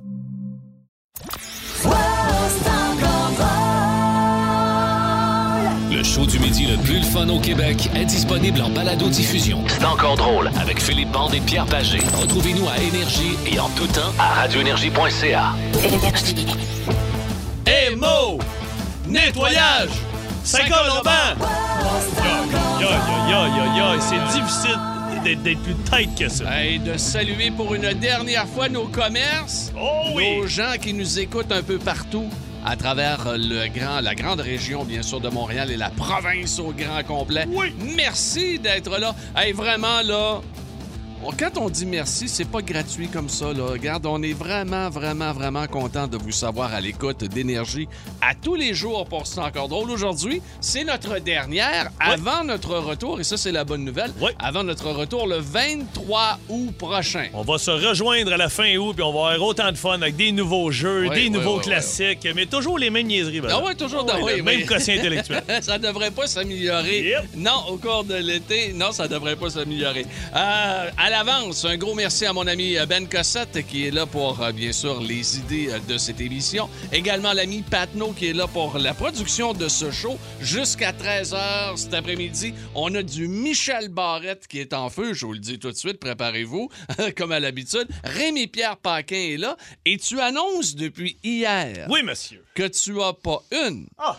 Le show du midi le plus fun au Québec est disponible en balado-diffusion. C'est encore drôle avec Philippe Bande et Pierre Pagé. Retrouvez-nous à Énergie et en tout temps à radioénergie.ca. Énergie. Hey Mo! Nettoyage! 5 ans en bas! Yo, yo, yo, yo, yo, c'est difficile d'être- d'être plus tight que ça. Et de saluer pour une dernière fois nos commerces, Oh oui! nos gens qui nous écoutent un peu partout à travers le grand, la grande région, bien sûr, de Montréal et la province au grand complet. Oui. Merci d'être là. Hey, vraiment, là, on- quand on dit merci, c'est pas gratuit comme ça, là. Regarde, on est vraiment, vraiment, vraiment content de vous savoir à l'écoute d'énergie à tous les jours pour C'est encore drôle. Aujourd'hui, c'est notre dernière Oui. avant notre retour, et ça, c'est la bonne nouvelle, Oui. avant notre retour le 23 août prochain. On va se rejoindre à la fin août, puis on va avoir autant de fun avec des nouveaux jeux, Ouais, des ouais, nouveaux ouais, classiques, mais toujours les mêmes niaiseries. Ah madame. ouais, toujours Ouais, dans oui, le même oui. quotient intellectuel. ça devrait pas s'améliorer. Yep. Non, au cours de l'été, non, ça devrait pas s'améliorer. Euh, à l'avance, un gros merci à mon ami euh, Ben Cossette qui est là pour, euh, bien sûr, les idées euh, de cette émission. Également l'ami Patno qui est là pour la production de ce show jusqu'à 13h cet après-midi. On a du Michel Barrette qui est en feu, je vous le dis tout de suite, préparez-vous, comme à l'habitude. Rémi-Pierre Paquin est là et tu annonces depuis hier Oui, monsieur. que tu as pas une, Ah,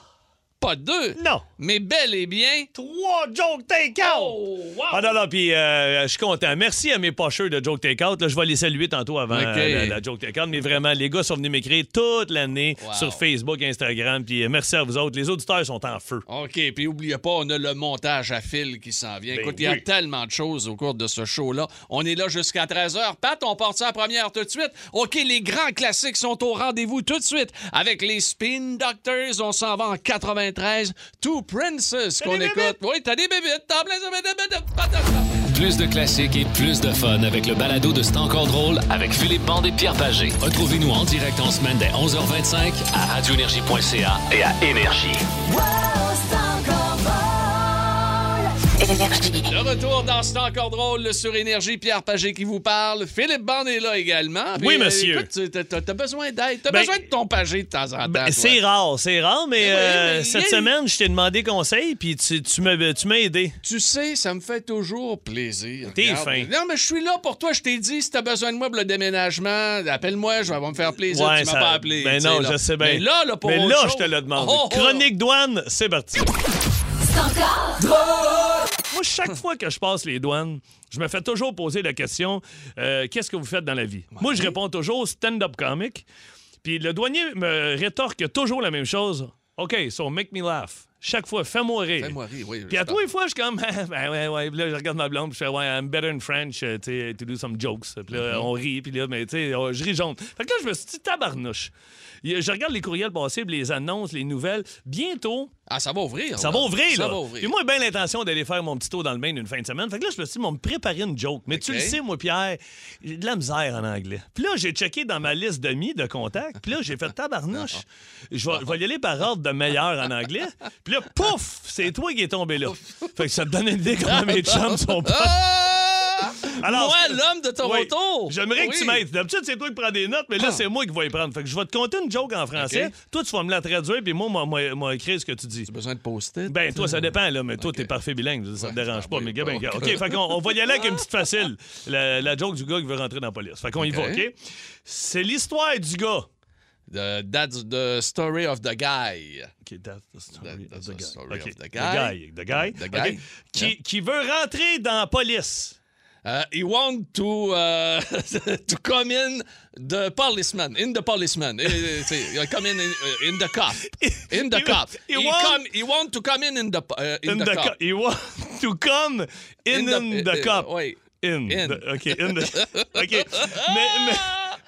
pas deux, non. mais bel et bien. Trois jokes take-out! Oh, Ah non, non, puis euh, je suis content. Merci à mes pocheurs de Joke Takeout. Là, je vais les saluer tantôt avant Ok. euh, la, la Joke Takeout. Mais vraiment, les gars sont venus m'écrire toute l'année Wow. sur Facebook, Instagram. Puis euh, merci à vous autres. Les auditeurs sont en feu. OK, puis oubliez pas, on a le montage à fil qui s'en vient. Ben Écoute, il y a oui. tellement de choses au cours de ce show-là. On est là jusqu'à 13h. Pat, on part ça à première tout de suite. OK, les grands classiques sont au rendez-vous tout de suite. Avec les Spin Doctors, on s'en va en 93. Two Princes qu'on des écoute. Oui, t'as des bébites. T'as plein de- Plus de classiques et plus de fun avec le balado de C'est encore drôle avec Philippe Bande et Pierre Pagé. Retrouvez-nous en direct en semaine dès 11h25 à radioénergie.ca et à Énergie. Énergie. De retour dans C'est encore drôle sur Énergie, Pierre Pagé qui vous parle. Philippe Band est là également. Oui, Puis, euh, monsieur. écoute, tu- t'as- t'as t'as besoin d'aide. T'as Ben, besoin de ton Pagé de temps en temps. Ben, toi. c'est rare, c'est rare, mais, Eh oui, euh, mais cette yay. semaine, je t'ai demandé conseil, puis tu, tu m'as tu m'as aidé. Tu sais, ça me fait toujours plaisir. T'es Regarde. fin. Non, mais je suis là pour toi. Je t'ai dit, si t'as besoin de moi pour le déménagement, appelle-moi, je vais me faire plaisir. Ouais, tu m'as ça- pas appelé. Ben tu sais, non, là. je sais bien. Mais là, là, pour Mais autre là, chose- je te le demande. Oh, oh. Chronique douane, c'est parti. Moi, chaque fois que je passe les douanes, je me fais toujours poser la question euh, qu'est-ce que vous faites dans la vie Moi, je réponds toujours stand-up comic. Puis le douanier me rétorque toujours la même chose OK, so make me laugh. Chaque fois, fais-moi rire. Fais-moi rire, oui. Puis je à t'en- tous les fois, je suis comme, Ah, ben ouais, ouais. Puis là, je regarde ma blonde, puis je fais, ouais, I'm better in French, euh, tu sais, to do some jokes. Puis là, Mm-hmm. on rit, puis là, mais tu sais, on- je ris jaune. Fait que là, je me suis dit, tabarnouche. Il y a- Je regarde les courriels passés, puis les annonces, les nouvelles. Bientôt, Ah, ça va ouvrir. ça va ouvrir, Ça là. va ouvrir. Puis moi, j'ai bien l'intention d'aller faire mon petit tour dans le Maine une fin de semaine. Fait que là, je me suis dit, on me préparer une joke. Mais tu OK. le sais, moi, Pierre, j'ai de la misère en anglais. Puis là, j'ai checké dans ma liste d'amis de contacts. Puis là, j'ai fait tabarnouche. Je vais je vais y aller par ordre de meilleur en anglais. Puis là, pouf, c'est toi qui es tombé là. Fait que ça te donne une idée comment mes chums sont pas. Ah! Alors, moi, l'homme de Oui. Toronto. J'aimerais que tu Oui. Ah. m'aides. D'habitude, c'est toi qui prends des notes, mais là, c'est moi qui vais y prendre. Fait que je vais te conter une joke en français. OK. Toi, tu vas me la traduire, puis moi, moi, moi, moi, écrire ce que tu dis. T'as besoin de post-it. Ben, toi, ça dépend, là, mais toi, Ok. t'es parfait bilingue, ça te Ouais, dérange ah pas, oui, mais gars, bon. ben, gars. OK, fait qu'on on va y aller avec une petite facile. La, la joke du gars qui veut rentrer dans la police. Fait qu'on y va, Ok. OK? C'est l'histoire du gars. The- that's the story of the guy. OK, that's the story That's of the the guy. story OK, of the the guy. guy. The guy. The OK. guy. Qui, Yeah. qui veut rentrer dans la police. Uh, he want to uh, to come in the policeman in the policeman. Eh, eh, see, uh, come in in, uh, in the cop in the He- cop. he He, want- come. He want to come in in the po- uh, in, In the, the cop. cu- He want to come in, in the, eh, eh, cup. Wait. In. In. the- OK, in the... Ah! OK. mais, mais,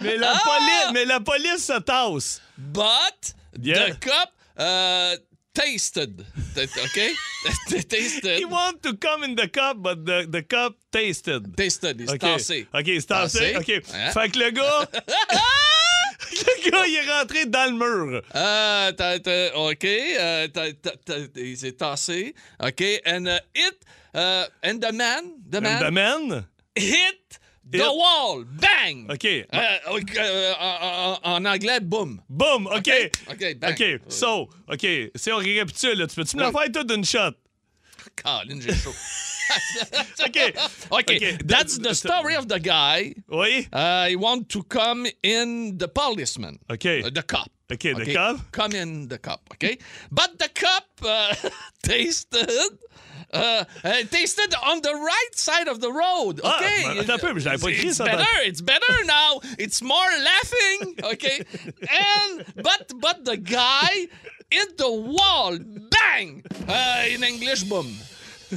mais la police, mais la police se tasse. But Yeah. The cup euh, tasted. T- OK? tasted. He want to come in the cup, but the, the cup tasted. Tasted. Il s'est OK. tassé. OK, c'est tassé. Tassé. OK. Hein? Fait que le gars. le gars, il est rentré dans le mur. Euh, t'as- t'as- OK. euh, t'as- t'as- t'as- il s'est tassé. OK. And uh, it... uh, and the man... The man... Une domaine. hit the Hit. wall. Bang! OK. Euh, ok, euh, en, en- en anglais, boom. Boom. OK. OK, bang. OK. So, OK. Si on récapitule, là, tu peux-tu me la Oui. faire toute d'une shot? Colin, j'ai chaud. OK. OK, that's the story of the guy. Oui? Uh, he want to come in the policeman. OK. Uh, the cop. OK, the cop. Come in the cop, OK? But the cop uh, tasted... Uh, uh, tasted on the right side of the road. Ah, Okay, ben, attends un peu, mais je l'avais pas écrit, it's ça, dans- Better, it's better now. It's more laughing. Okay, and but but the guy hit the wall. Bang! Uh, in English, boom. Il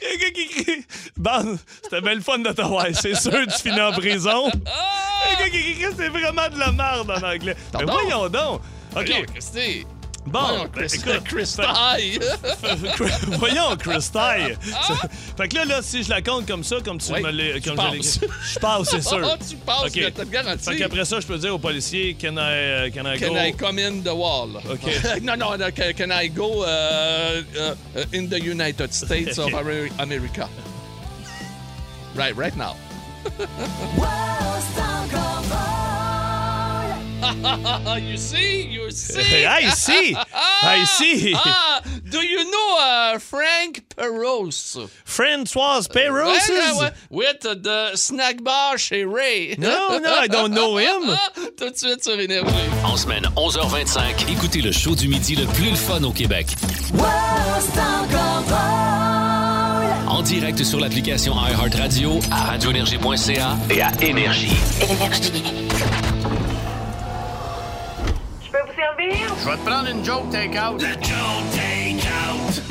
y a un gars qui crie. Bon, c'était bien le fun de te voir. C'est sûr, tu finis en prison. Il y a un gars qui crie que c'est vraiment de la merde en anglais. Mais Pardon? voyons donc. OK. Voyons, Christy. Bon, Voyons, ben, Christy. écoute, Christy. Cri- Euh, Voyons, Christy. Fait que là, là, si je la compte comme ça, comme tu Oui, me l'as. tu comme je l'ai passes. écrit, Je passe, c'est sûr. Oh, tu passes, OK. je te le garantis. Fait qu'après ça, je peux dire aux policiers, can I, uh, can I Can go? I come in the wall? Okay. no, no, no. Can, can I go uh, uh, in the United States of Ameri- America? right, right now. Uh, you see, you see. I see. I see. Ah, do you know uh, Frank Perros? Françoise Perros. Well, uh, With uh, the snack bar chez Ray. No, no, I don't know him. Ah, Tout de suite sur Énergie. En semaine 11h25, écoutez le show du midi le plus le fun au Québec. En direct sur l'application iHeartRadio, à radioénergie.ca et à Énergie. Énergie. Je vais te prendre une joke take-out. La joke take-out.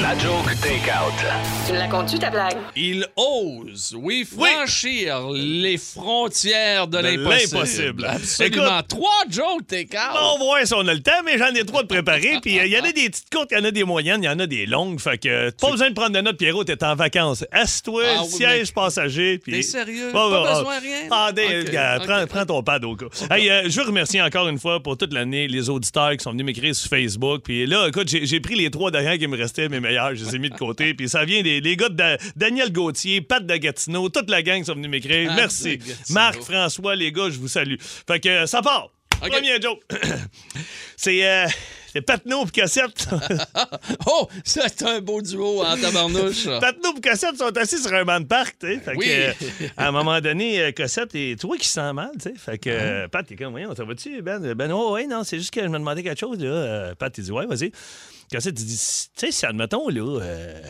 La joke take-out. Tu me la comptes-tu, ta blague? Il ose, oui, franchir les frontières de, De l'impossible. l'impossible. Absolument. Trois jokes take-out. On va voir si on a le temps, mais j'en ai trois de préparer. Puis euh, il y en a des petites courtes, il y en a des moyennes, il y en a des longues. Fait que euh, pas besoin de prendre de notes, Pierrot, t'es en vacances. Assieds-toi, Ah oui, siège passager. Puis... T'es sérieux? Ouais, Pas ouais, besoin ah. de rien? Ah, des- Ok, gars, ok. prends, prends ton pad au cas. Hey, euh, je veux remercier encore une fois pour toute l'année les auditeurs qui sont venus m'écrire sur Facebook. Puis là, écoute, j'ai j'ai pris les trois dernières qui me restaient, mes meilleurs, je les ai mis de côté. Puis ça vient des les gars de Da- Daniel Gauthier, Pat Dagatino, toute la gang qui sont venus m'écrire. Pat Merci. Dagatino. Marc, François, les gars, je vous salue. Fait que euh, ça part. Ok. Premier joke. C'est euh, c'est Patneau et Cossette. Oh, c'est un beau duo en tabarnouche. ça. Patneau et Cossette sont assis sur un banc de parc. tu sais. Fait que, Oui. euh, à un moment donné, euh, Cossette, est toi qui sens mal. tu sais. Fait Ah. que, euh, Pat, t'es comme, voyons, ça va-tu, Ben? Ben, oh, ouais, non, c'est juste que je me demandais quelque chose. Là. Euh, Pat, il dit, ouais, vas-y. Cossette, il dit, tu sais, si admettons, là, euh,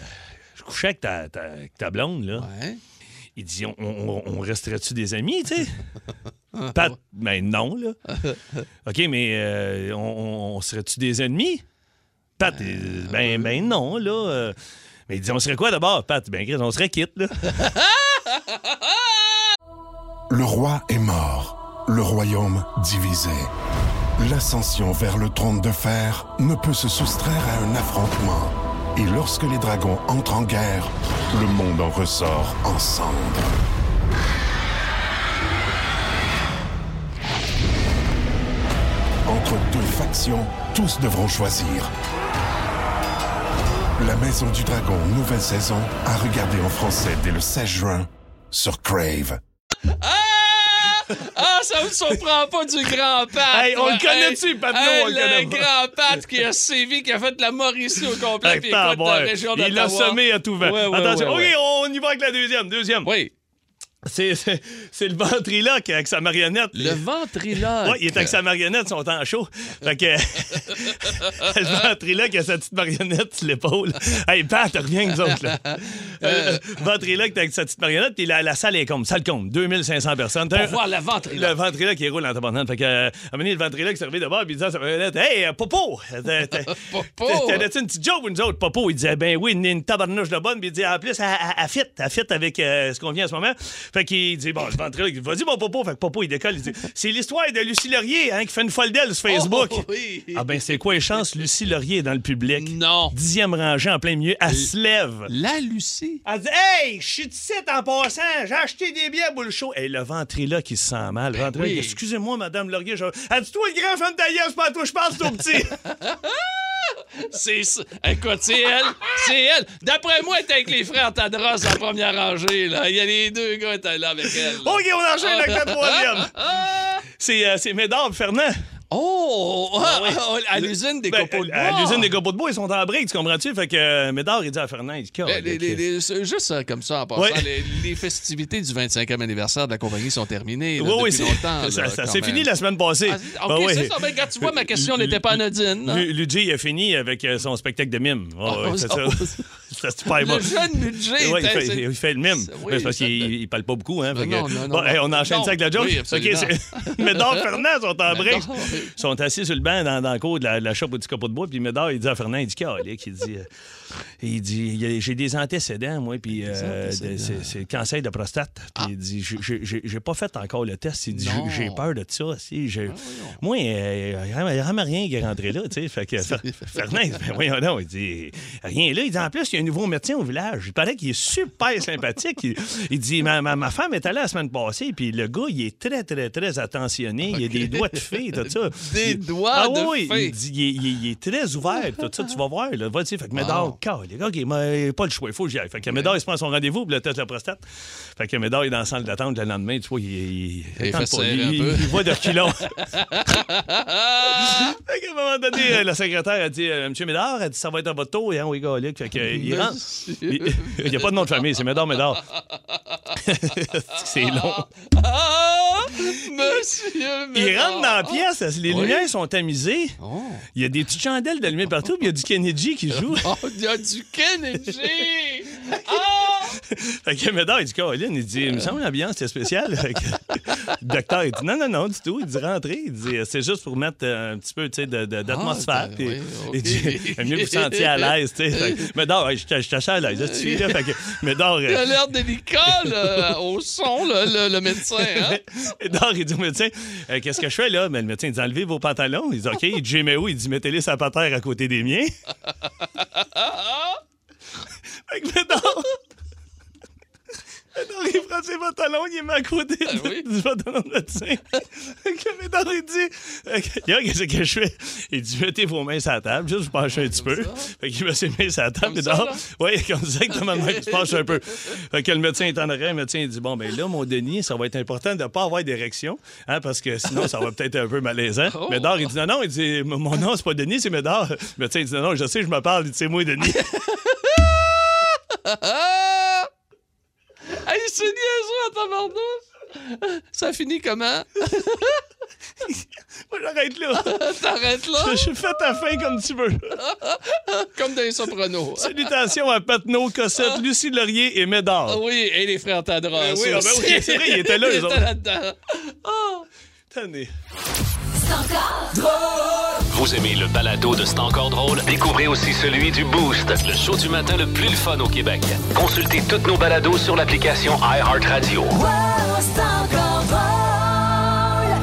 je couchais avec ta, ta- avec ta blonde, là. Ouais. Il dit, on, on- on resterait-tu des amis, tu sais? Pat, ben non, là. OK, mais euh, on, on- on serait-tu des ennemis? Pat, euh, ben, ben non, là. euh. Mais il dit, on serait quoi d'abord, Pat? Ben, Chris, on serait quitte, là. Le roi est mort, le royaume divisé. L'ascension vers le trône de fer ne peut se soustraire à un affrontement. Et lorsque les dragons entrent en guerre, le monde en ressort en cendres. Entre deux factions, tous devront choisir. La Maison du Dragon, nouvelle saison, à regarder en français dès le 16 juin sur Crave. Ah! Ah, ça me surprend pas du grand Pat. Hey, on le Ouais, connaît-tu, Pat? Non, on le connaît Le pas. grand Pat qui a sévi, qui a fait de la Mauricie au complet, Hey, puis t'as à écoute, de boire. la région il d'Ottawa. l'a semé à tout vent. Ouais, ouais, Attention, ouais, ouais. OK, on y va avec la deuxième. Deuxième. Oui, C'est- C'est c'est le ventriloque avec sa marionnette. le ventriloque. Ouais, il est avec sa marionnette, son temps chaud. Fait que. le ventriloque a sa petite marionnette sur l'épaule. Hey, Pat, reviens avec nous autres, là. Euh, ventriloque, t'as avec sa petite marionnette, puis la, la salle est comble. Salle comble, 2500 personnes. T'as Pour un- voir le ventriloque. Le ventriloque, il roule en tabarnane. Fait que, euh, à un moment donné, le ventriloque s'est arrivé d'abord, puis il disait à sa marionnette Hey, euh, Popo! t'as- t'as- Popo! t'as- T'avais-tu une petite joke, ou nous autres? Popo, il disait Ben oui, une, une tabarnouche de bonne, puis il disait En plus, elle, elle- elle fit, elle fit avec euh, ce qu'on vient en ce moment. Fait qu'il dit, bon, le ventriloque, il dit, vas-y, mon popo. Fait que popo, il décolle, il dit, c'est l'histoire de Lucie Laurier, hein, qui fait une folle d'elle sur Facebook. Oh, oui. Ah ben, c'est quoi les chances? Lucie Laurier est dans le public. Non. Dixième rangée en plein milieu, elle se lève. La Lucie. Elle dit Hey, je suis de site en passant, j'ai acheté des billets pour le show. Et le ventriloque, qui se sent mal. Le ventriloque, Ben oui. excusez-moi, Madame Laurier. Je... Elle dit Toi, le grand fan d'ailleurs, c'est pas à toi, je pense, au petit. C'est ça. Écoute, c'est elle. C'est elle. D'après moi, elle était avec les frères Tadros en première rangée. Là. Il y a les deux gars qui étaient là avec elle. là. OK, on enchaîne avec la troisième. Ah! C'est, euh, c'est Médard, Fernand. Oh! Ah, ah, à l'usine des Ben, copeaux de bois. à l'usine des copeaux de bois, ils sont en briques, tu comprends-tu? Fait que euh, Médard, il dit à Fernand, il dit Calique. Eh, Les- les- Ben, les- les- c'est juste euh, comme ça, en passant, Ouais. les, les festivités du 25e anniversaire de la compagnie sont terminées là, Oui, oui, depuis c'est, longtemps. là, ça, ça- quand c'est même. fini la semaine passée. Ah, Ben OK, oui. c'est ça. Ben, quand tu vois, ma question n'était pas anodine. hein. Lu- Luigi il a fini avec euh, son spectacle de mime. Ouais, Oh, ouais, c'est oh, ça. C'est super bon. Le jeune budget Ouais, il, était- fait, c'est- il fait le mime. c'est- Mais oui, c'est parce ça- qu'il il parle pas beaucoup. Hein, Ben fait que- non, non, non, Bon, non. hey, on enchaîne Non. ça avec la joke. Oui, absolument. OK, c'est- Médard et Fernand sont en break. Médard, oui. Ils sont assis sur le banc dans, dans le cours de la, la shop au petit capot de bois. Puis Médard, il dit à Fernand, il dit, Calique, il dit, euh, il dit il y a- j'ai des Ah. antécédents, moi, puis euh, de- c'est c'est le cancer de prostate. Puis il dit, J'ai- j'ai- j'ai j'ai pas fait encore le test. Il dit, Non. j'ai j'ai peur de ça. Si, je- moi, euh, il n'y a vraiment rien qui est rentré là. tu sais. Fait que Fer- Fernand, il dit, ben voyons donc, il dit, rien là. Il dit, en plus, il y a un nouveau médecin au village. Il paraît qu'il est super sympathique. Il, il dit, ma, ma- ma femme est allée la semaine passée, puis le gars, il est très, très, très attentionné. Il a des doigts de fée, tout ça. Des Il- doigts Ah de oui, fée. Il dit, il, est- il est- il est très ouvert, tout ça, tu vas voir. Là, vas-y. Fait que Wow. Médard, calé, OK, mais pas le choix, il faut que j'y aille. Fait que Médard, il se prend son rendez-vous pour le test de la prostate. Fait que Médard, il est dans la salle d'attente le lendemain, tu vois, il, il, Il attend pas, fait serrer un il- peu. il voit de reculons. fait qu'à un moment donné, euh, la secrétaire a dit euh, Monsieur Médard, elle dit ça va être à votre tour, hein, oui, Galic. Fait que, euh, il rentre. Il- Il n'y a pas de nom de famille, c'est Médard Médard. c'est long. Ah! Monsieur Il Ménard. rentre dans la pièce, les Oui. lumières sont tamisées. Il y a des petites chandelles d'allumées partout, puis il y a du Kennedy qui joue. Oh, il y a du Kennedy! Ah! Fait que Médard, il dit Caroline, il dit, il me semble l'ambiance était spéciale. Fait que le docteur, il dit, non, non, non, du tout. Il dit, rentrez. Il dit, c'est juste pour mettre euh, un petit peu, tu sais, de- de- d'atmosphère. ben Puis oui, Il ok. dit, mieux que vous sentiez à l'aise, tu sais. Fait que Médard, ouais, je je- je t'achète à l'aise. là, tu suis là. Fait que Médard, Il a euh, l'air délicat là, au son, là, le, le médecin. Hein? Médard, il dit au médecin, Euh, qu'est-ce que je fais là? Mais le médecin, il dit, enlevez vos pantalons. Il dit, OK. Il dit, j'ai mes où? Il dit, mettez-les sur la patère à côté des miens. fait que Médard. Médard, il prend ses pantalons, il les met à côté de- oui. du pantalon de médecin. Fait que Médard, il dit Fait que, Yo, qu'est-ce que je fais Il dit Mettez vos mains sur la table, juste vous penchez un petit peu. Fait qu'il met ses mains sur la table, Comme ça, Médard. là? Oui, comme ça, exactement, même qu'il se penche un peu. Fait que le médecin est en arrêt, le médecin, il dit Bon, ben là, mon Denis, ça va être important de ne pas avoir d'érection, hein, parce que sinon, ça va peut-être un peu malaisant. Médard, il dit Non, non, il dit Mon nom, c'est pas Denis, c'est Médard. Le médecin, il dit Non, non, je sais, je me parle, il dit C'est moi, Denis. Ah! Hey, c'est niaiseux à tabarnouche! Ça finit comment? Moi, J'arrête là. T'arrêtes là? Je fais ta fin comme tu veux. Comme dans les sopranos. Salutations à Patnaud, Cossette, Lucie Laurier et Ah Médard. oui, et les frères Tadros. Ben oui, ah ben aussi. oui, c'est vrai, ils étaient là, Ils eux étaient autres. là-dedans. Ah! Tenez. Vous aimez le balado de C'est encore drôle? Découvrez aussi celui du Boost, le show du matin le plus le fun au Québec. Consultez toutes nos balados sur l'application iHeartRadio.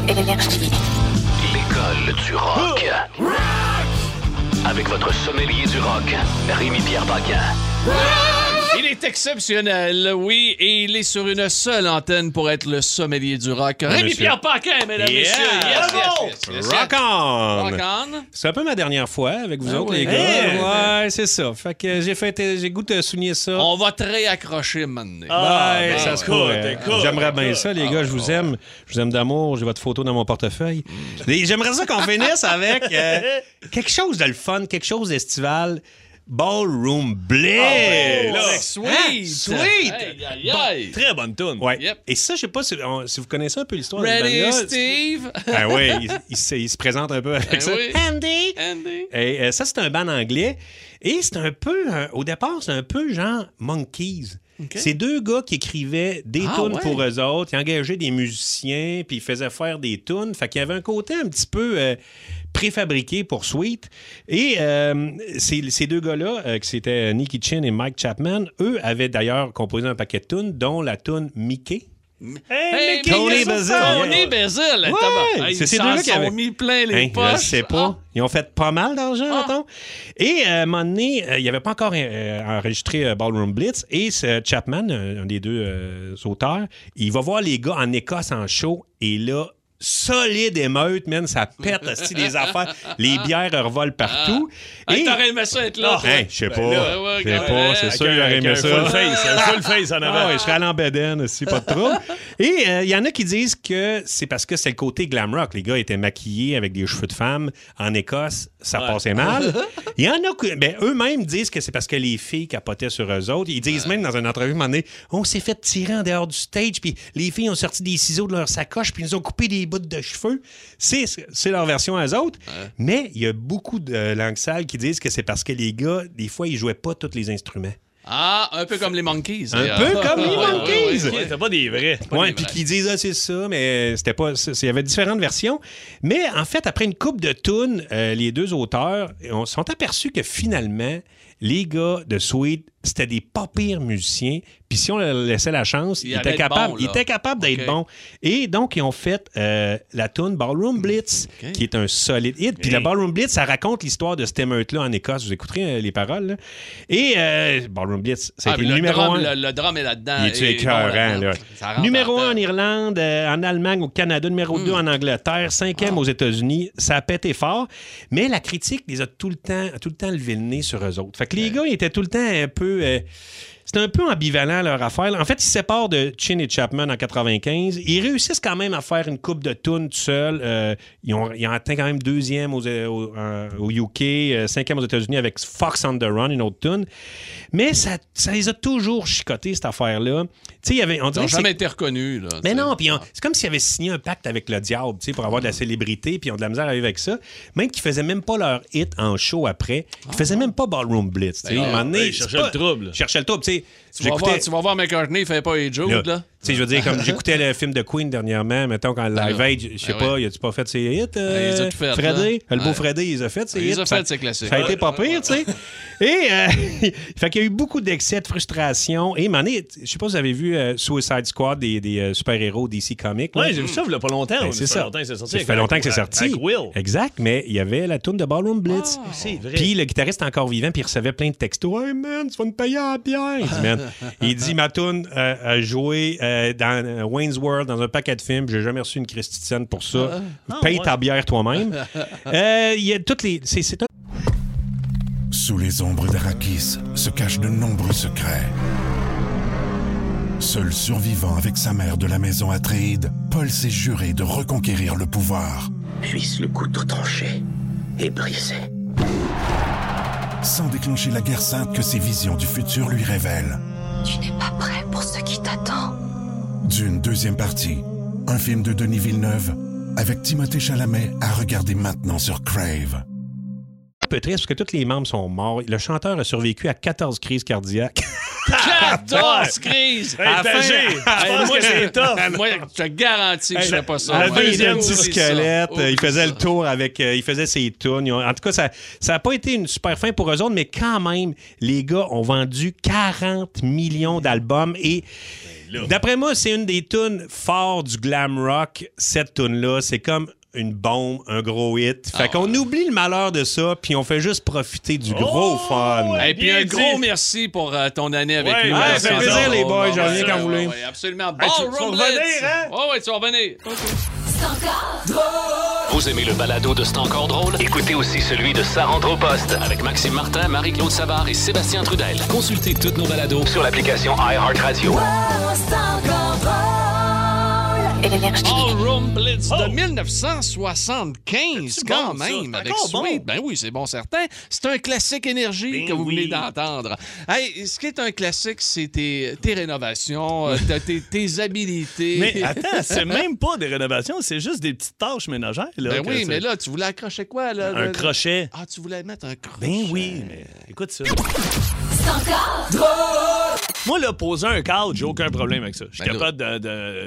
Énergie. L'école du rock. Avec votre sommelier du rock, Rémi-Pierre Paquin. Il est exceptionnel, oui, et il est sur une seule antenne pour être le sommelier du rock. Rémi-Pierre Paquin, mesdames et Yeah! messieurs. Yes, Bravo! yes, yes, yes, yes. Rock Ah, on! Rock on. C'est un peu ma dernière fois avec vous autres, oui. les gars. Hey! Ouais, c'est ça. Fait que j'ai fait, j'ai goût de souligner ça. On va te réaccrocher maintenant. Ah, Ouais, ben, ça se écoute, pourrait. écoute, J'aimerais bien écoute. ça, les gars. Je vous aime. Je vous aime d'amour. J'ai votre photo dans mon portefeuille. Et J'aimerais ça qu'on finisse avec euh, quelque chose de le fun, quelque chose d'estival. Ballroom Blitz! là. Hein? Sweet! Sweet! Aïe, aïe, aïe. Très bonne tune. Ouais. Yep. Et ça, je sais pas si, on- si vous connaissez un peu l'histoire de Ready, ce band-là. Steve? Ah ouais, il, il se- il se présente un peu avec Ben ça. oui. Andy! Andy? Et euh, ça, c'est un band anglais. Et c'est un peu, un- au départ, c'est un peu genre Monkeys. C'est deux gars qui écrivaient des Ah, tunes ouais. pour eux autres, ils engageaient des musiciens, puis ils faisaient faire des tunes. Fait qu'il y avait un côté un petit peu euh, préfabriqué pour Sweet. Et euh, ces, ces deux gars-là, euh, que c'était Nicky Chin et Mike Chapman, eux avaient d'ailleurs composé un paquet de tunes, dont la tune Mickey. Hey, Mickey, Tony qu'est-ce que Bazil. ça? Tony Tony Bézil, Ouais, c'est c'est ces ces deux-là deux qui qui ont avaient- mis plein les Hein, poches. Ah. Je sais pas. Ils ont fait pas mal d'argent, mettons. Et euh, à un moment donné, euh, il n'y avait pas encore euh, enregistré euh, Ballroom Blitz. Et ce Chapman, un, un des deux euh, auteurs, il va voir les gars en Écosse en show. Et là, solide émeute, man. Ça pète, hostie, les affaires. Les bières revolent partout. Ah. Hey, Et- t'aurais aimé ça être là. Ah, toi. Ben hein, je sais pas. là, ouais, Je sais quand pas. même. C'est Avec sûr, il aurait Avec un aimé ça. Full face, un full face en Ah avant. ouais, je serais allé en bedaine aussi, pas de trouble. Et il y en a qui disent que c'est parce que c'est le côté glam rock. Les gars étaient maquillés avec des cheveux de femme en Écosse, ça passait mal. Il y en a qui, ben, eux-mêmes disent que c'est parce que les filles capotaient sur eux autres. Ils disent même dans une entrevue, un moment donné, on s'est fait tirer en dehors du stage, puis les filles ont sorti des ciseaux de leur sacoche, puis ils nous ont coupé des bouts de cheveux. C'est, c'est leur version à eux autres. Mais il y a beaucoup de langues sales qui disent que c'est parce que les gars, des fois, ils jouaient pas tous les instruments. Ah, un peu comme les Monkeys. Un d'ailleurs. peu comme les euh, Ouais, ouais, Monkeys. ouais, Ok, ouais. C'était pas des vrais. des Ouais, puis vrais. qui disent ah, c'est ça, mais c'était pas ça. Il y avait différentes versions. Mais en fait, après une coupe de tunes, euh, les deux auteurs on sont aperçus que finalement, les gars de Sweet, c'était des pas pires musiciens. Puis si on leur laissait la chance, Ils ils, allaient étaient être capables, bons, là. ils étaient capables d'être Ok. bons. Et donc, ils ont fait euh, la tune Ballroom Blitz, Ok. qui est un solide hit. Puis Hey. la Ballroom Blitz, ça raconte l'histoire de cette émeute-là en Écosse. Vous écouterez euh, les paroles. là. Et euh, Ballroom Blitz, ça a Ah, été puis le le, numéro drum, un. le, le drum est là-dedans. Il est-tu Et écœurant, bon, là-dedans, là? ça rentre Numéro là-dedans. 1 en Irlande, euh, en Allemagne, au Canada, Hmm. numéro 2 en Angleterre, cinquième Ah. aux États-Unis. Ça a pété fort, mais la critique les a tout le temps, a tout le temps levé le nez sur eux autres. Fait que les gars, ils étaient tout le temps un peu. euh, c'était un peu ambivalent leur affaire. En fait, ils se séparent de Chin et Chapman en 95. Ils réussissent quand même à faire une coupe de tunes tout seuls. Euh, ils, ont, ils ont atteint quand même deuxième aux, euh, au, euh, au UK, euh, cinquième aux États-Unis avec Fox on the Run, une autre tune. Mais ça, ça les a toujours chicotés, cette affaire-là. Tu sais, il y avait, on Ils dirait n'ont que c'est jamais été reconnus. Là, mais tu sais. Ah. Mm. non, puis on- c'est comme s'ils avaient signé un pacte avec le diable, tu sais, pour avoir de la célébrité, puis ils ont de la misère à vivre avec ça. Même qu'ils faisaient même pas leur hit en show après. Ils faisaient même pas Ballroom Blitz, tu Ah. sais. Ben, À un moment donné, ils c'est cherchaient pas- le trouble. Ils cherchaient le trouble, tu sais. Tu vas, voir, tu vas voir McCartney, il fait pas les jokes, là. Là, tu sais, je veux dire, comme j'écoutais le film de Queen dernièrement, mettons, quand Live là. Aid, je sais Ben pas, il a-tu pas fait ses hits? euh, il les a tout fait, Freddy? là. Le beau Ouais. Freddy, il les a fait ses Il les hits, a ça- fait, ses classiques. Ça a été pas pire, tu sais. Et, euh, fait qu'il y a eu beaucoup d'excès, de frustration. Et, mané, je sais pas si vous avez vu euh, Suicide Squad des, des, euh, super-héros DC Comics. là. Ouais, j'ai vu ça, il y a pas longtemps. Ben, mais c'est Ça fait ça. longtemps que c'est sorti. Ça fait avec- longtemps que c'est avec- sorti. Avec Will. Ah, Exact, mais il y avait la tourne de Ballroom Blitz. C'est vrai. Puis le guitariste est encore vivant, puis il recevait plein de textos. Hey man, tu vas nous payer à la bière. Il dit, man, il dit ma tourne euh, a joué euh, dans euh, Wayne's World, dans un paquet de films. J'ai jamais reçu une Christie de scène pour ça. Paye Ah, ouais. ta bière toi-même. Euh, Il y a toutes les. C'est, c'est Sous les ombres d'Arakis se cachent de nombreux secrets. Seul survivant avec sa mère de la maison Atréide, Paul s'est juré de reconquérir le pouvoir, Puisse le couteau tranché et brisé. sans déclencher la guerre sainte que ses visions du futur lui révèlent. Tu n'es pas prêt pour ce qui t'attend. D'une deuxième partie, un film de Denis Villeneuve, avec Timothée Chalamet à regarder maintenant sur Crave. un peu triste parce que tous les membres sont morts. Le chanteur a survécu à 14 crises cardiaques. 14 crises! Hey, À la fin- Tagé, je pense moi, que c'est top. Moi, je te garantis que je ferais pas ça. La moi. deuxième Oublie petit ça. squelette, euh, il Oublie faisait le Oh, ça. tour avec, euh, il faisait ses tunes. Ils ont- En tout cas, ça n'a pas été une super fin pour eux autres, mais quand même, les gars ont vendu 40 millions d'albums et d'après moi, c'est une des tunes fortes du glam rock. Cette tune-là, c'est comme une bombe, un gros hit. Fait qu'on oublie le malheur de ça, puis on fait juste profiter du gros Oh, fun. ouais. Et puis un Bien gros dit. merci pour euh, ton année avec Ouais, nous. ouais, Merci fait encore. plaisir, les boys, Ouais, je reviens ouais, quand vous ouais, voulez. ouais, Absolument. Hey, tu- tu Ballroom vas revenir, Blitz. hein? Ouais, ouais, tu vas revenir. Vous aimez le balado de C'est encore drôle? Écoutez aussi celui de Sa rentre au poste avec Maxime Martin, Marie-Claude Savard et Sébastien Trudel. Consultez toutes nos balados sur l'application iHeartRadio. Énergie. Ballroom Blitz Oh! de 1975, C'est quand bon, ça. même, C'est avec encore bon. Ben Sweet. Ben oui, c'est bon, certain. C'est un classique énergie que vous venez d'entendre. Hey, ce qui est un classique, c'est tes, tes rénovations, euh, t'as tes, tes habilités. Mais attends, c'est même pas des rénovations, c'est juste des petites tâches ménagères. Là, ben que oui, c'est- mais là, tu voulais accrocher quoi, là? Un là? crochet. Ah, tu voulais mettre un crochet. Ben oui, mais écoute ça. Moi, là, poser un cadre, j'ai aucun problème avec ça. Je suis Ben là. capable de,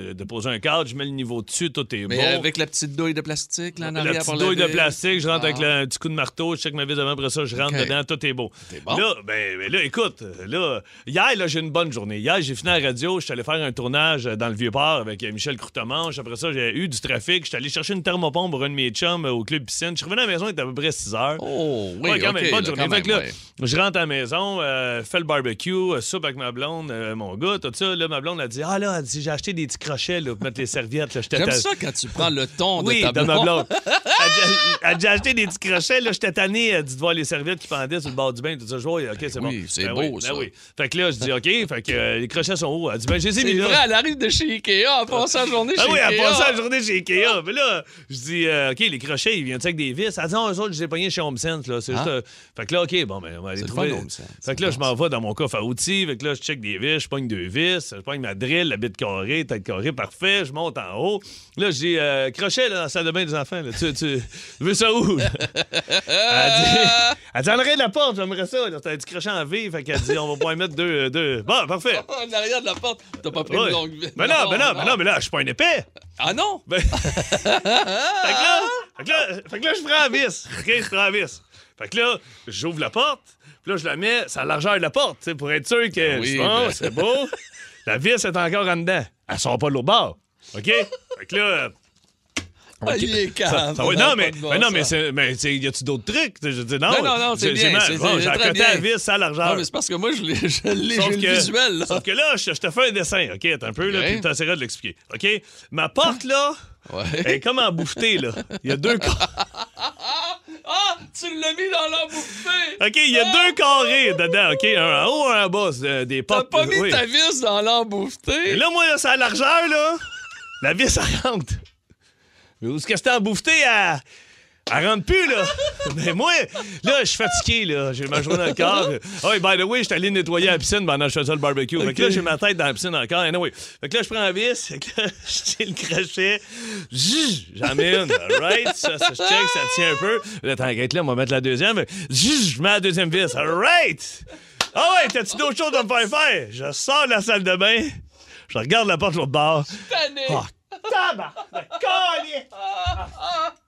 de- de poser un cadre, je mets le niveau dessus, tout est Mais beau. avec la petite douille de plastique, là, en La arrière petite pour douille de lever. plastique, je rentre Ah. avec le- un petit coup de marteau, je check ma vis avant, après ça, je rentre OK. dedans, tout est beau. C'est bon. Là, ben, ben là, écoute, là, hier, là, j'ai une bonne journée. Hier, j'ai fini à la radio, je suis allé faire un tournage euh, dans le Vieux-Port avec euh, Michel Croutamanche. Après ça, j'ai eu du trafic. Je suis allé chercher une thermopompe pour un de mes chums euh, au club piscine. Je suis revenu à la maison, il était à peu près 6 heures. Oh, oui, Ouais, quand même, OK, bonne là, journée. quand Fait que même, là, ouais. je rentre à la maison, euh, fais le barbecue, euh, soupe avec ma blonde, euh, mon gars, tout ça. Là, ma blonde a dit Ah là, elle dit, j'ai acheté des petits crochets là, pour mettre les serviettes. là, j'étais J'aime ta- ça quand tu prends le ton oui, de ta dans ma blonde. blonde. Elle a- Elle a déjà acheté des petits crochets. Là, j'étais tanné euh, de voir les serviettes qui pendaient sur le bord du bain. Tout ça, je vois, OK, c'est Oui, bon. c'est Ben beau, oui, ben ça. oui. Fait que là, je dis, OK, fait que euh, les crochets sont hauts. Elle dit, ben, j'ai C'est mis là. vrai, elle arrive de chez Ikea, elle passe la journée Ah chez oui, elle Ikea. Ah. passe la journée chez Ikea. Mais là, je dis, euh, OK, les crochets, ils viennent avec des vis. Elle dit, non, eux autres, je les ai pognés chez Home Sense. Là. C'est Ah. juste, euh, Fait que là, OK, bon, ben, on va aller C'est le trouver. fun, Home Sense. fait que là, je m'en vais dans mon coffre à outils. Fait que là, je check des vis, je pogne deux vis, je pogne ma drill, la bite carrée, tête carrée, parfait. Je monte en haut. Là, je dis, euh, crochet là, dans la salle de bain des enfants. Là. Tu, tu tu veux ça où? Elle dit, elle dit, en arrière de la porte, j'aimerais ça. Elle dit, T'as du crochet en V. Fait qu'elle dit, on va pouvoir y mettre deux, deux. Bon, parfait. En arrière de la porte, t'as pas pris Ouais. une longue... Ben non, ben non, ben non, mais là, je suis pas un épais. Ah non? Ben- fait, que là, fait, que là, fait que là, je prends la vis. OK, je prends la vis. Fait que là, j'ouvre la porte. Puis là, je la mets à la largeur de la porte, tu sais, pour être sûr que Oui, c'est bon, ben- c'est beau. La vis est encore en dedans. Elle sort pas de l'autre bord. OK? Fait que là... Ah, il est calme. Ça va- non, mais, Pas de bon mais non, sens. mais, c'est- mais c'est- y a-tu d'autres trucs? Je dis, non, Non, non, non, c'est j'ai- bien, j'ai mal. c'est- Bon, c'est j'ai très accoté la bien. vis à la largeur. Non, mais c'est parce que moi, je l'ai, je l'ai, Sauf j'ai le que- visuel, là. Sauf que là, je, je te fais un dessin, OK? Attends un peu, là, Ok. puis t'essaieras de l'expliquer, OK? Ma porte, là, Ouais. elle est comme en bouffetée, là. Il y a deux... cor- Ah! Tu l'as mis dans la bouffée! OK, il y a deux carrés dedans, OK? Un en haut, un en bas, euh, des T'as portes. pas mis oui. ta vis dans l'embouffeté? Et là, moi, là, c'est à la largeur, là. La vis, elle rentre. Mais où est-ce que c'était en bouffeté à... Elle rentre plus, là. Mais moi, là, je suis fatigué, là. J'ai ma journée encore. Oh, et by the way, j'étais allé nettoyer la piscine pendant que je faisais le barbecue. Fait que là, j'ai ma tête dans la piscine encore. Anyway. Fait que là, je prends la vis. Fait que là, je tire le crochet. Zzz, J'en mets une. All right. Ça, ça, je check, ça tient un peu. Là, t'inquiète, là, on va mettre la deuxième. Zzz, Je mets la deuxième vis. All right. Ah ouais, t'as-tu d'autres choses à me faire faire? Je sors de la salle de bain. Je regarde la porte de l'autre bord. Panique! Ah, tabac! Cogné!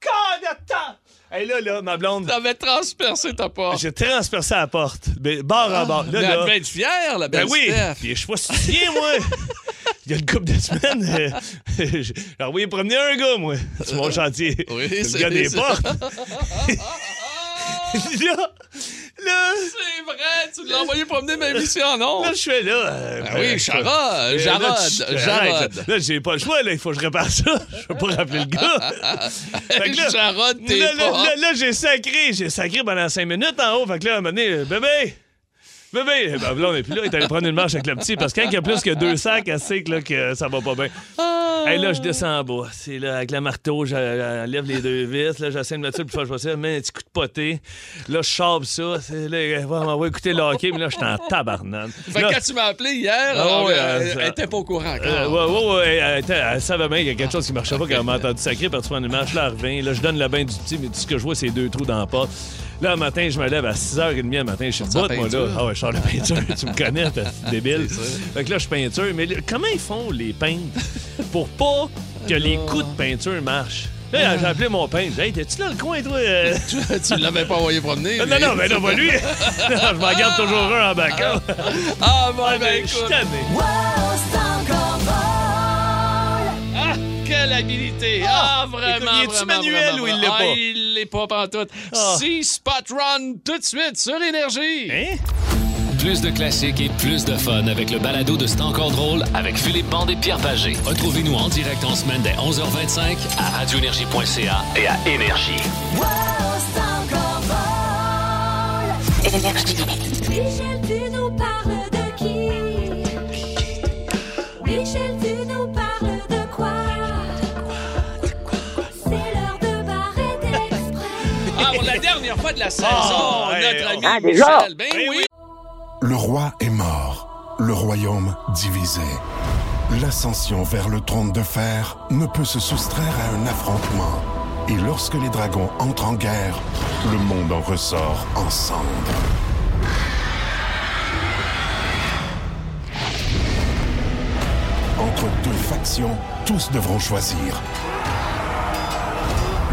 Cogné de temps! Et là, là, ma blonde, T'avais transpercé ta porte. j'ai transpercé la porte. Mais barre en barre. Ah, mais elle Là, devait là. être fière, la Ben belle oui! Steph. Puis je suis pas soucié, moi! Il y a une couple de semaines, euh, j'ai envoyé promener un gars, moi, sur mon chantier. Euh, Oui, le c'est- gars des c'est- Ah, portes. là, là, C'est vrai, tu l'as envoyé promener ma mission, non? là, je suis là. euh, Ah oui, Charade, Euh, là, Jarod, tu- arrête, Jarod. Là, Là, j'ai pas le choix, là, il faut que je répare ça. Je peux pas rappeler le gars. Fait que là- Jarod, t'es Là, là, pas. là, là, j'ai sacré, j'ai sacré pendant cinq minutes en haut. Fait que là, à un moment donné, euh, bébé! Bébé! Eh Ben, là, on est plus là. Il est allé prendre une marche avec le petit. Parce que quand il y a plus que deux sacs, elle sait que, là, que ça va pas bien. Ah. Hey, là, je descends en bas. C'est là, avec le marteau, je- j'enlève les deux vis. Là, j'essaie de mettre ça le plus fort possible. Mais un petit coup de poté. Là, je charbe ça. C'est là, on va écouter le hockey. Mais là, je suis en tabarnane. Fait Là- que quand tu m'as appelé hier, Ah euh, ouais, elle, euh, elle était pas au courant. encore. Euh, ouais, ouais, ouais. Elle, était- elle savait bien qu'il y a quelque chose qui marchait pas quand elle m'a entendu sacrer parce que une marche là, elle revient. Là, je donne le bain du petit, mais tout ce que je vois, c'est deux trous dans la porte. Là, le matin, je me lève à 6h30 le matin, je suis sors bout, moi, là. peinture. Ah ouais, je sors la peinture. tu me connais, t'es débile. Fait que là, je peinture. Mais le- comment ils font, les peintres, pour pas que les coups de peinture marchent? Là, j'ai appelé mon peintre. J'ai dit, hey, t'es-tu dans le coin, toi? euh? tu l'avais pas envoyé promener. non, non, mais non, pas lui. non, je m'en garde toujours un en backup. Ah, bon, Ah, ben mais je suis écoute. tanné. Ah, quelle habilité! Ah, vraiment! écoute, il est-tu vraiment, manuel vraiment, ou il vraiment. l'est Ah, pas? il l'est pas pantoute. Ah. Si Spot Run tout de suite sur Énergie! Hein? Plus de classiques et plus de fun avec le balado de C'est encore drôle avec Philippe Bande et Pierre Pagé. Retrouvez-nous en direct en semaine dès 11h25 à radioénergie.ca et à Énergie. Énergie. Michel, tu nous parles de qui Michel, tu nous parles de quoi C'est l'heure de barrer d'exprès. Ah, pour la dernière fois de la saison, Ah, hey, notre ami ah, Michel. Ben Eh oui! oui. Le roi est mort, le royaume divisé. L'ascension vers le trône de fer ne peut se soustraire à un affrontement. Et lorsque les dragons entrent en guerre, le monde en ressort ensemble. entre deux factions, tous devront choisir.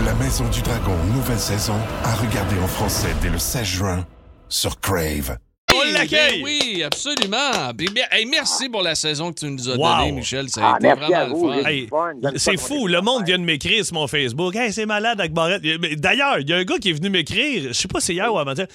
La Maison du Dragon, nouvelle saison, à regarder en français dès le 16 juin sur Crave. On Oui, l'accueille! ben Oui, absolument. Puis bien- hey, merci pour la saison que tu nous as Wow. donnée, Michel. Ça a Ah, été merci à vraiment vous. le j'ai fun. Hey, du fun, j'aime ça C'est qu'on fou, est- le monde vient de m'écrire sur mon Facebook. Hey, c'est malade, Akbarette. Mais D'ailleurs, il y a un gars qui est venu m'écrire, je sais pas si hier ou avant-hier.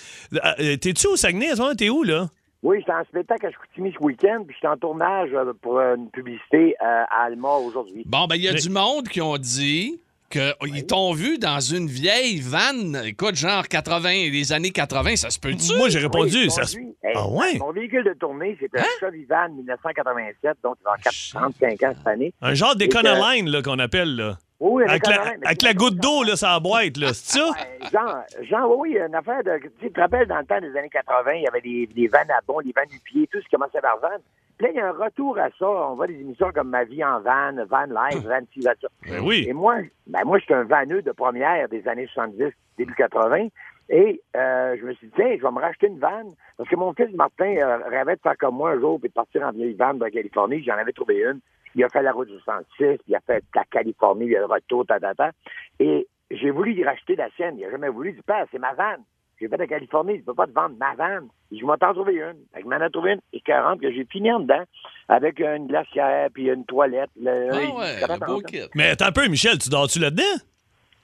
Ah, euh, T'es-tu au Saguenay à ce moment? T'es où, là? Oui, j'étais en spectacle à Chicoutimi ce week-end, puis j'étais en tournage euh, pour une publicité euh, à Alma aujourd'hui. Bon, ben, il y a Mais- du monde qui ont dit qu'ils t'ont vu dans une vieille vanne, écoute, genre 80, les années 80, ça se peut-tu? Moi, j'ai répondu. Oui, ça se- conduit. Hey, Ah ouais? Hein? Mon véhicule de tournée, c'était un Chevy Van 1987, donc il va avoir 45 ans cette année. Un genre d'éconoline, là, qu'on appelle, là. Oui, un Avec la, Econoline, mais avec c'est la pas goutte ça. d'eau, là, ça boîte, là. C'est ça? Ouais, Jean, Jean, oui, oui, une affaire de. Tu te rappelles, dans le temps des années 80, il y avait les, les vannes à bon, les vannes du pied, tout ce qui commençait par van. Puis là, il y a un retour à ça. On voit des émissions comme Ma vie en van, Van Live, Van ci, Van ça. Ben oui. Et moi, ben moi, je suis un vanneux de première des années 70, début 80. Et euh, je me suis dit, tiens, je vais me racheter une vanne. Parce que mon fils Martin euh, rêvait de faire comme moi un jour puis de partir en vieille vanne de Californie. J'en avais trouvé une. Il a fait la route du 106, puis il a fait la Californie, il a le retour, ta, ta, ta. Et j'ai voulu y racheter la sienne. Il n'a jamais voulu. Il dit, père, c'est ma vanne. J'ai fait la Californie, je ne peux pas te vendre ma vanne. Il dit, je vais t'en trouver une. Fait que je m'en ai trouvé une et 40 que j'ai fini en dedans avec une glacière, puis une toilette. le- Ah il dit, ouais, Comment un t'en beau fais? kit. Mais attends un peu, Michel, tu dors-tu là-dedans?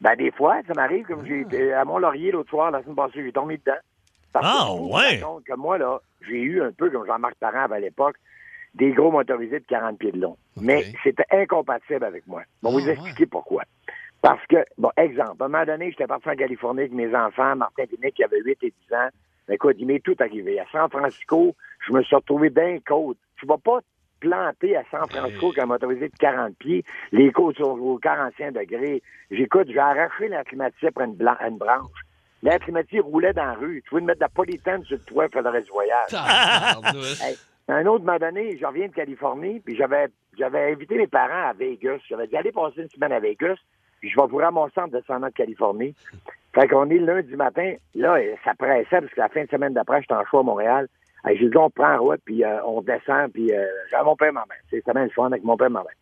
Ben, des fois, ça m'arrive, comme j'ai Ah. été à Mont-Laurier l'autre soir, la semaine passée, j'ai tombé dedans. Parce Ah, que je vous ouais. raconte que moi, là, j'ai eu un peu, comme Jean-Marc Parent avait à l'époque, des gros motorisés de 40 pieds de long. Mais c'était incompatible avec moi. Bon, Ah, vous expliquer pourquoi. Parce que, bon, exemple, à un moment donné, j'étais parti en Californie avec mes enfants, Martin Pinnick, qui avait 8 et 10 ans. Mais écoute, il m'est tout arrivé. À San Francisco, je me suis retrouvé d'un côte. Tu vas pas te planter à San Francisco qu'un motorisé de 40 pieds. Les côtes sont aux 45 degrés. J'écoute, j'ai arraché la climatisée après une, blan- une branche. La climatisée roulait dans la rue. Tu voulais mettre de la polythène sur le toit pour le reste du voyage. Tabarnouche. Hey, un autre moment donné, je reviens de Californie, puis j'avais j'avais invité mes parents à Vegas. J'avais dit, allez passer une semaine à Vegas, puis je vais vous ramasser en descendant de Californie. Fait qu'on est lundi matin. Là, euh, ça pressait, parce que la fin de semaine d'après, j'étais en choix à Montréal. Euh, J'ai dit, on prend la route, puis euh, on descend, puis euh, j'avais mon père et ma mère. C'est semaine le fun avec mon père et ma mère.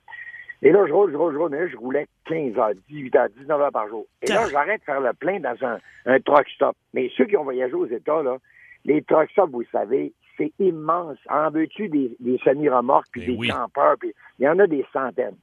Et là, je roule, je roule, je roule. Mais là, je roulais 15 heures, 18 heures, 19 heures par jour. Et là, j'arrête de faire le plein dans un, un truck stop. Mais ceux qui ont voyagé aux États, là, les truck stops, vous le savez, c'est immense. En veux-tu des, des semi-remorques, puis Ben des oui. campeurs, puis il y en a des centaines.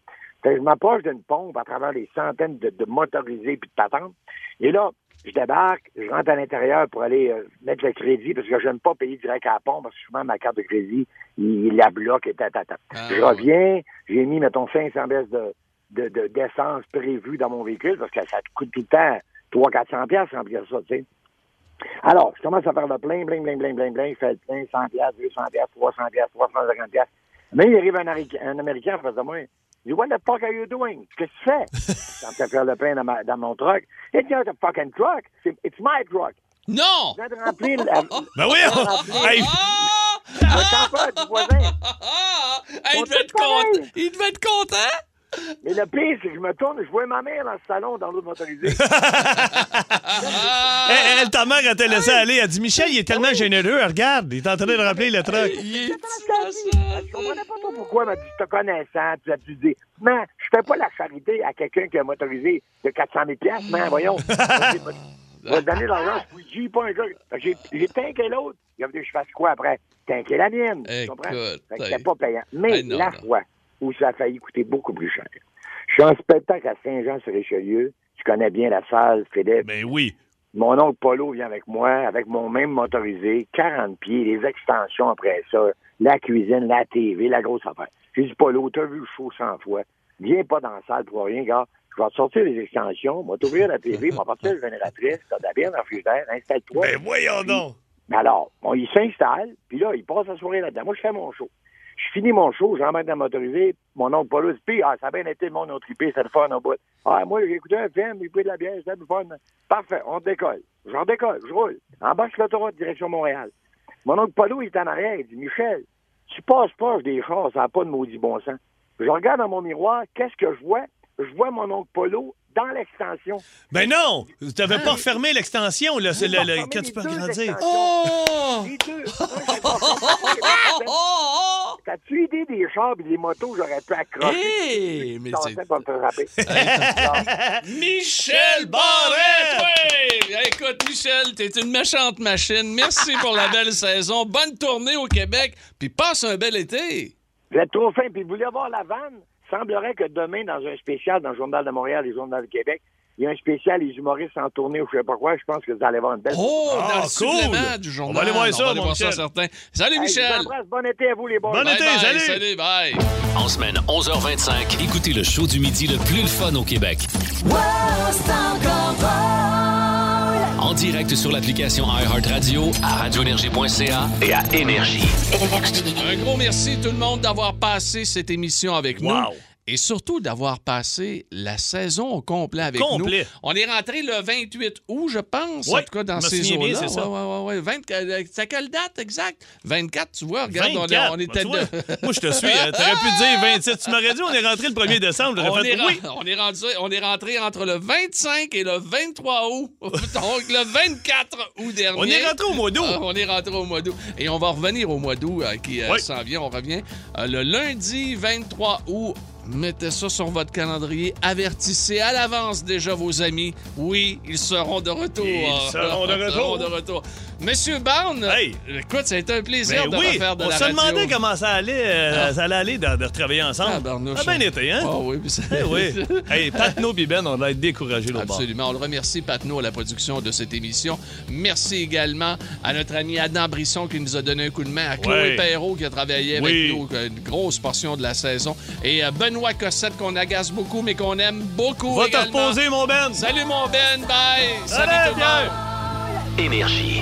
Fait que je m'approche d'une pompe à travers les centaines de, de motorisés puis de patentes. Et là, je débarque, je rentre à l'intérieur pour aller euh, mettre le crédit parce que j'aime pas payer direct à la pompe parce que souvent ma carte de crédit, il, il la bloque et ta, ta, ta. Ah, je ouais. reviens, j'ai mis, mettons, 500 baisses de, de, de- d'essence prévue dans mon véhicule parce que ça te coûte tout le temps 300-400 pièces remplir ça, tu sais. Alors, je commence à faire le plein, plein, plein, plein, plein, plein. Je fais le plein, 100 piastres, 200 piastres, 300 piastres, 350 piastres. Mais il arrive un, Ari- un Américain en face de moi. Il dit, What the fuck are you doing? Qu'est-ce que tu fais? Ça me fait faire le plein dans, ma- dans mon truck. It's not a fucking truck. C'est- It's my truck. Non! Je viens de remplir la- le Ben oui! Hey, Ah! campeur du voisin. Ah! Hey, il, On devait fait être content. pareil. il devait être content! Mais le pire, c'est que je me tourne et je vois ma mère dans le salon, dans l'autre motorisé. Ah! elle, elle, ta mère, elle t'a laissé aller. Elle dit Michel, il est tellement généreux, regarde, il est en train de rappeler le truc. Il est Je comprenais pas trop pourquoi, elle m'a dit, je te connaissant, tu as dû dire, mais je fais pas la charité à quelqu'un qui a motorisé de 400 000 piastres, mais voyons, on va te donner de l'argent, je vous dis pas un gars. Fait que J'ai j'ai tanké l'autre, il a voulu que je fasse quoi après? Tanké la mienne, tu comprends? Écoute, Fait que hey. c'était pas payant. Mais Hey, non, la non. fois où ça a failli coûter beaucoup plus cher, je suis en spectacle à Saint-Jean-sur-Richelieu, tu connais bien la salle, Philippe, Ben oui. mon oncle Polo vient avec moi, avec mon même motorisé, 40 pieds, les extensions après ça, la cuisine, la TV, la grosse affaire. J'ai dit, Polo, t'as vu le show 100 fois. Viens pas dans la salle pour rien, gars. Je vais te sortir les extensions, moi t'ouvrir la TV, moi partir la génératrice, t'as de la bière dans le frigidaire, installe-toi. Ben voyons donc. Mais alors, bon, il s'installe, puis là, il passe la soirée là-dedans. Moi, je fais mon show. Je finis mon show, j'emmène dans le motorisé, mon oncle Paulo dit, Pis, ah, ça a bien été, mon autre tripé, c'est le fun au bout. Ah, moi, j'ai écouté un film, j'ai pris de la bière, c'était le fun. Parfait, on décolle. J'en décolle, je roule. En bas, je l'autoroute, direction Montréal. Mon oncle Paulo, il est en arrière, il dit, Michel, tu passes proche des chars, ça n'a pas de maudit bon sens. Je regarde dans mon miroir, qu'est-ce que je vois? Je vois mon oncle Polo dans l'extension. Ben non! Tu n'avais pas refermé l'extension là, c'est le- le- fermez quand les tu peux deux grandir. extensions. Oh! Les deux. Moi, j'ai pas fait ça. T'as-tu idée des chars et des motos, j'aurais pu ah, accrocher. Hey, mais Je pensais c'est- pas me faire frapper. Michel Barrette! Oui! Écoute, Michel, t'es une méchante machine. Merci pour la belle saison. Bonne tournée au Québec. Puis passe un bel été. Vous êtes trop fin. Puis vous voulez avoir la vanne? Semblerait que demain, dans un spécial, dans le Journal de Montréal et le Journal du Québec, il y a un spécial, les humoristes en tournée ou je sais pas quoi. Je pense que vous allez avoir une belle. Oh, Ah, dans le cool. supplément du journal. On va aller voir ça, aller mon voir ça, Michel. certain. Salut, Hey, Michel. Je vous embrasse. Bon été à vous, les boys. Bon été, Bye-bye. salut. Salut, bye. En semaine 11h25, écoutez le show du midi le plus le fun au Québec. En direct sur l'application iHeartRadio, à radioénergie.ca et à Énergie. Un gros merci tout le monde d'avoir passé cette émission avec nous. Wow. Et surtout d'avoir passé la saison au complet avec Complet. nous. On est rentré le 28 août, je pense, Ouais, en tout cas dans je me ces souviens bien, eaux-là. c'est ça. Ouais, ouais, ouais, ouais. 20 euh, c'est quelle date exacte? 24, tu vois, regarde, on est- 24. on, Ben, était tu vois, de- Moi, je te suis. hein. T'aurais pu dire 27. Tu m'aurais dit, on est rentré le 1er décembre. On J'aurais est, fait ren- oui. on, est rendu, on est rentré entre le 25 et le 23 août. Donc, le 24 août dernier. On est rentré au mois d'août. Ah, on est rentré au mois d'août. Et on va revenir au mois d'août euh, qui euh, Oui. s'en vient. On revient euh, le lundi 23 août. Mettez ça sur votre calendrier. Avertissez à l'avance déjà vos amis. Oui, ils seront de retour. Ils seront de Ils retour. de retour. Monsieur Barnes, Hey. écoute, ça a été un plaisir Ben de oui, refaire de on la se radio. demandait comment ça allait, euh, ça allait aller de, de travailler Ah, ensemble. barnouche. Ça a bien été, hein? Ah oui, puis ça- Eh oui. hey, Patno Biben, on a été découragés là bord. Absolument. On le remercie, Patnaud, à la production de cette émission. Merci également à notre ami Adam Brisson qui nous a donné un coup de main, à Chloé Ouais. Perrault qui a travaillé Oui. avec nous euh, une grosse portion de la saison, et à Benoît Cossette qu'on agace beaucoup, mais qu'on aime beaucoup Va te également. reposer, mon Ben. Salut, mon Ben. Bye. Salut, Allez, tout le Pierre. monde. Énergie.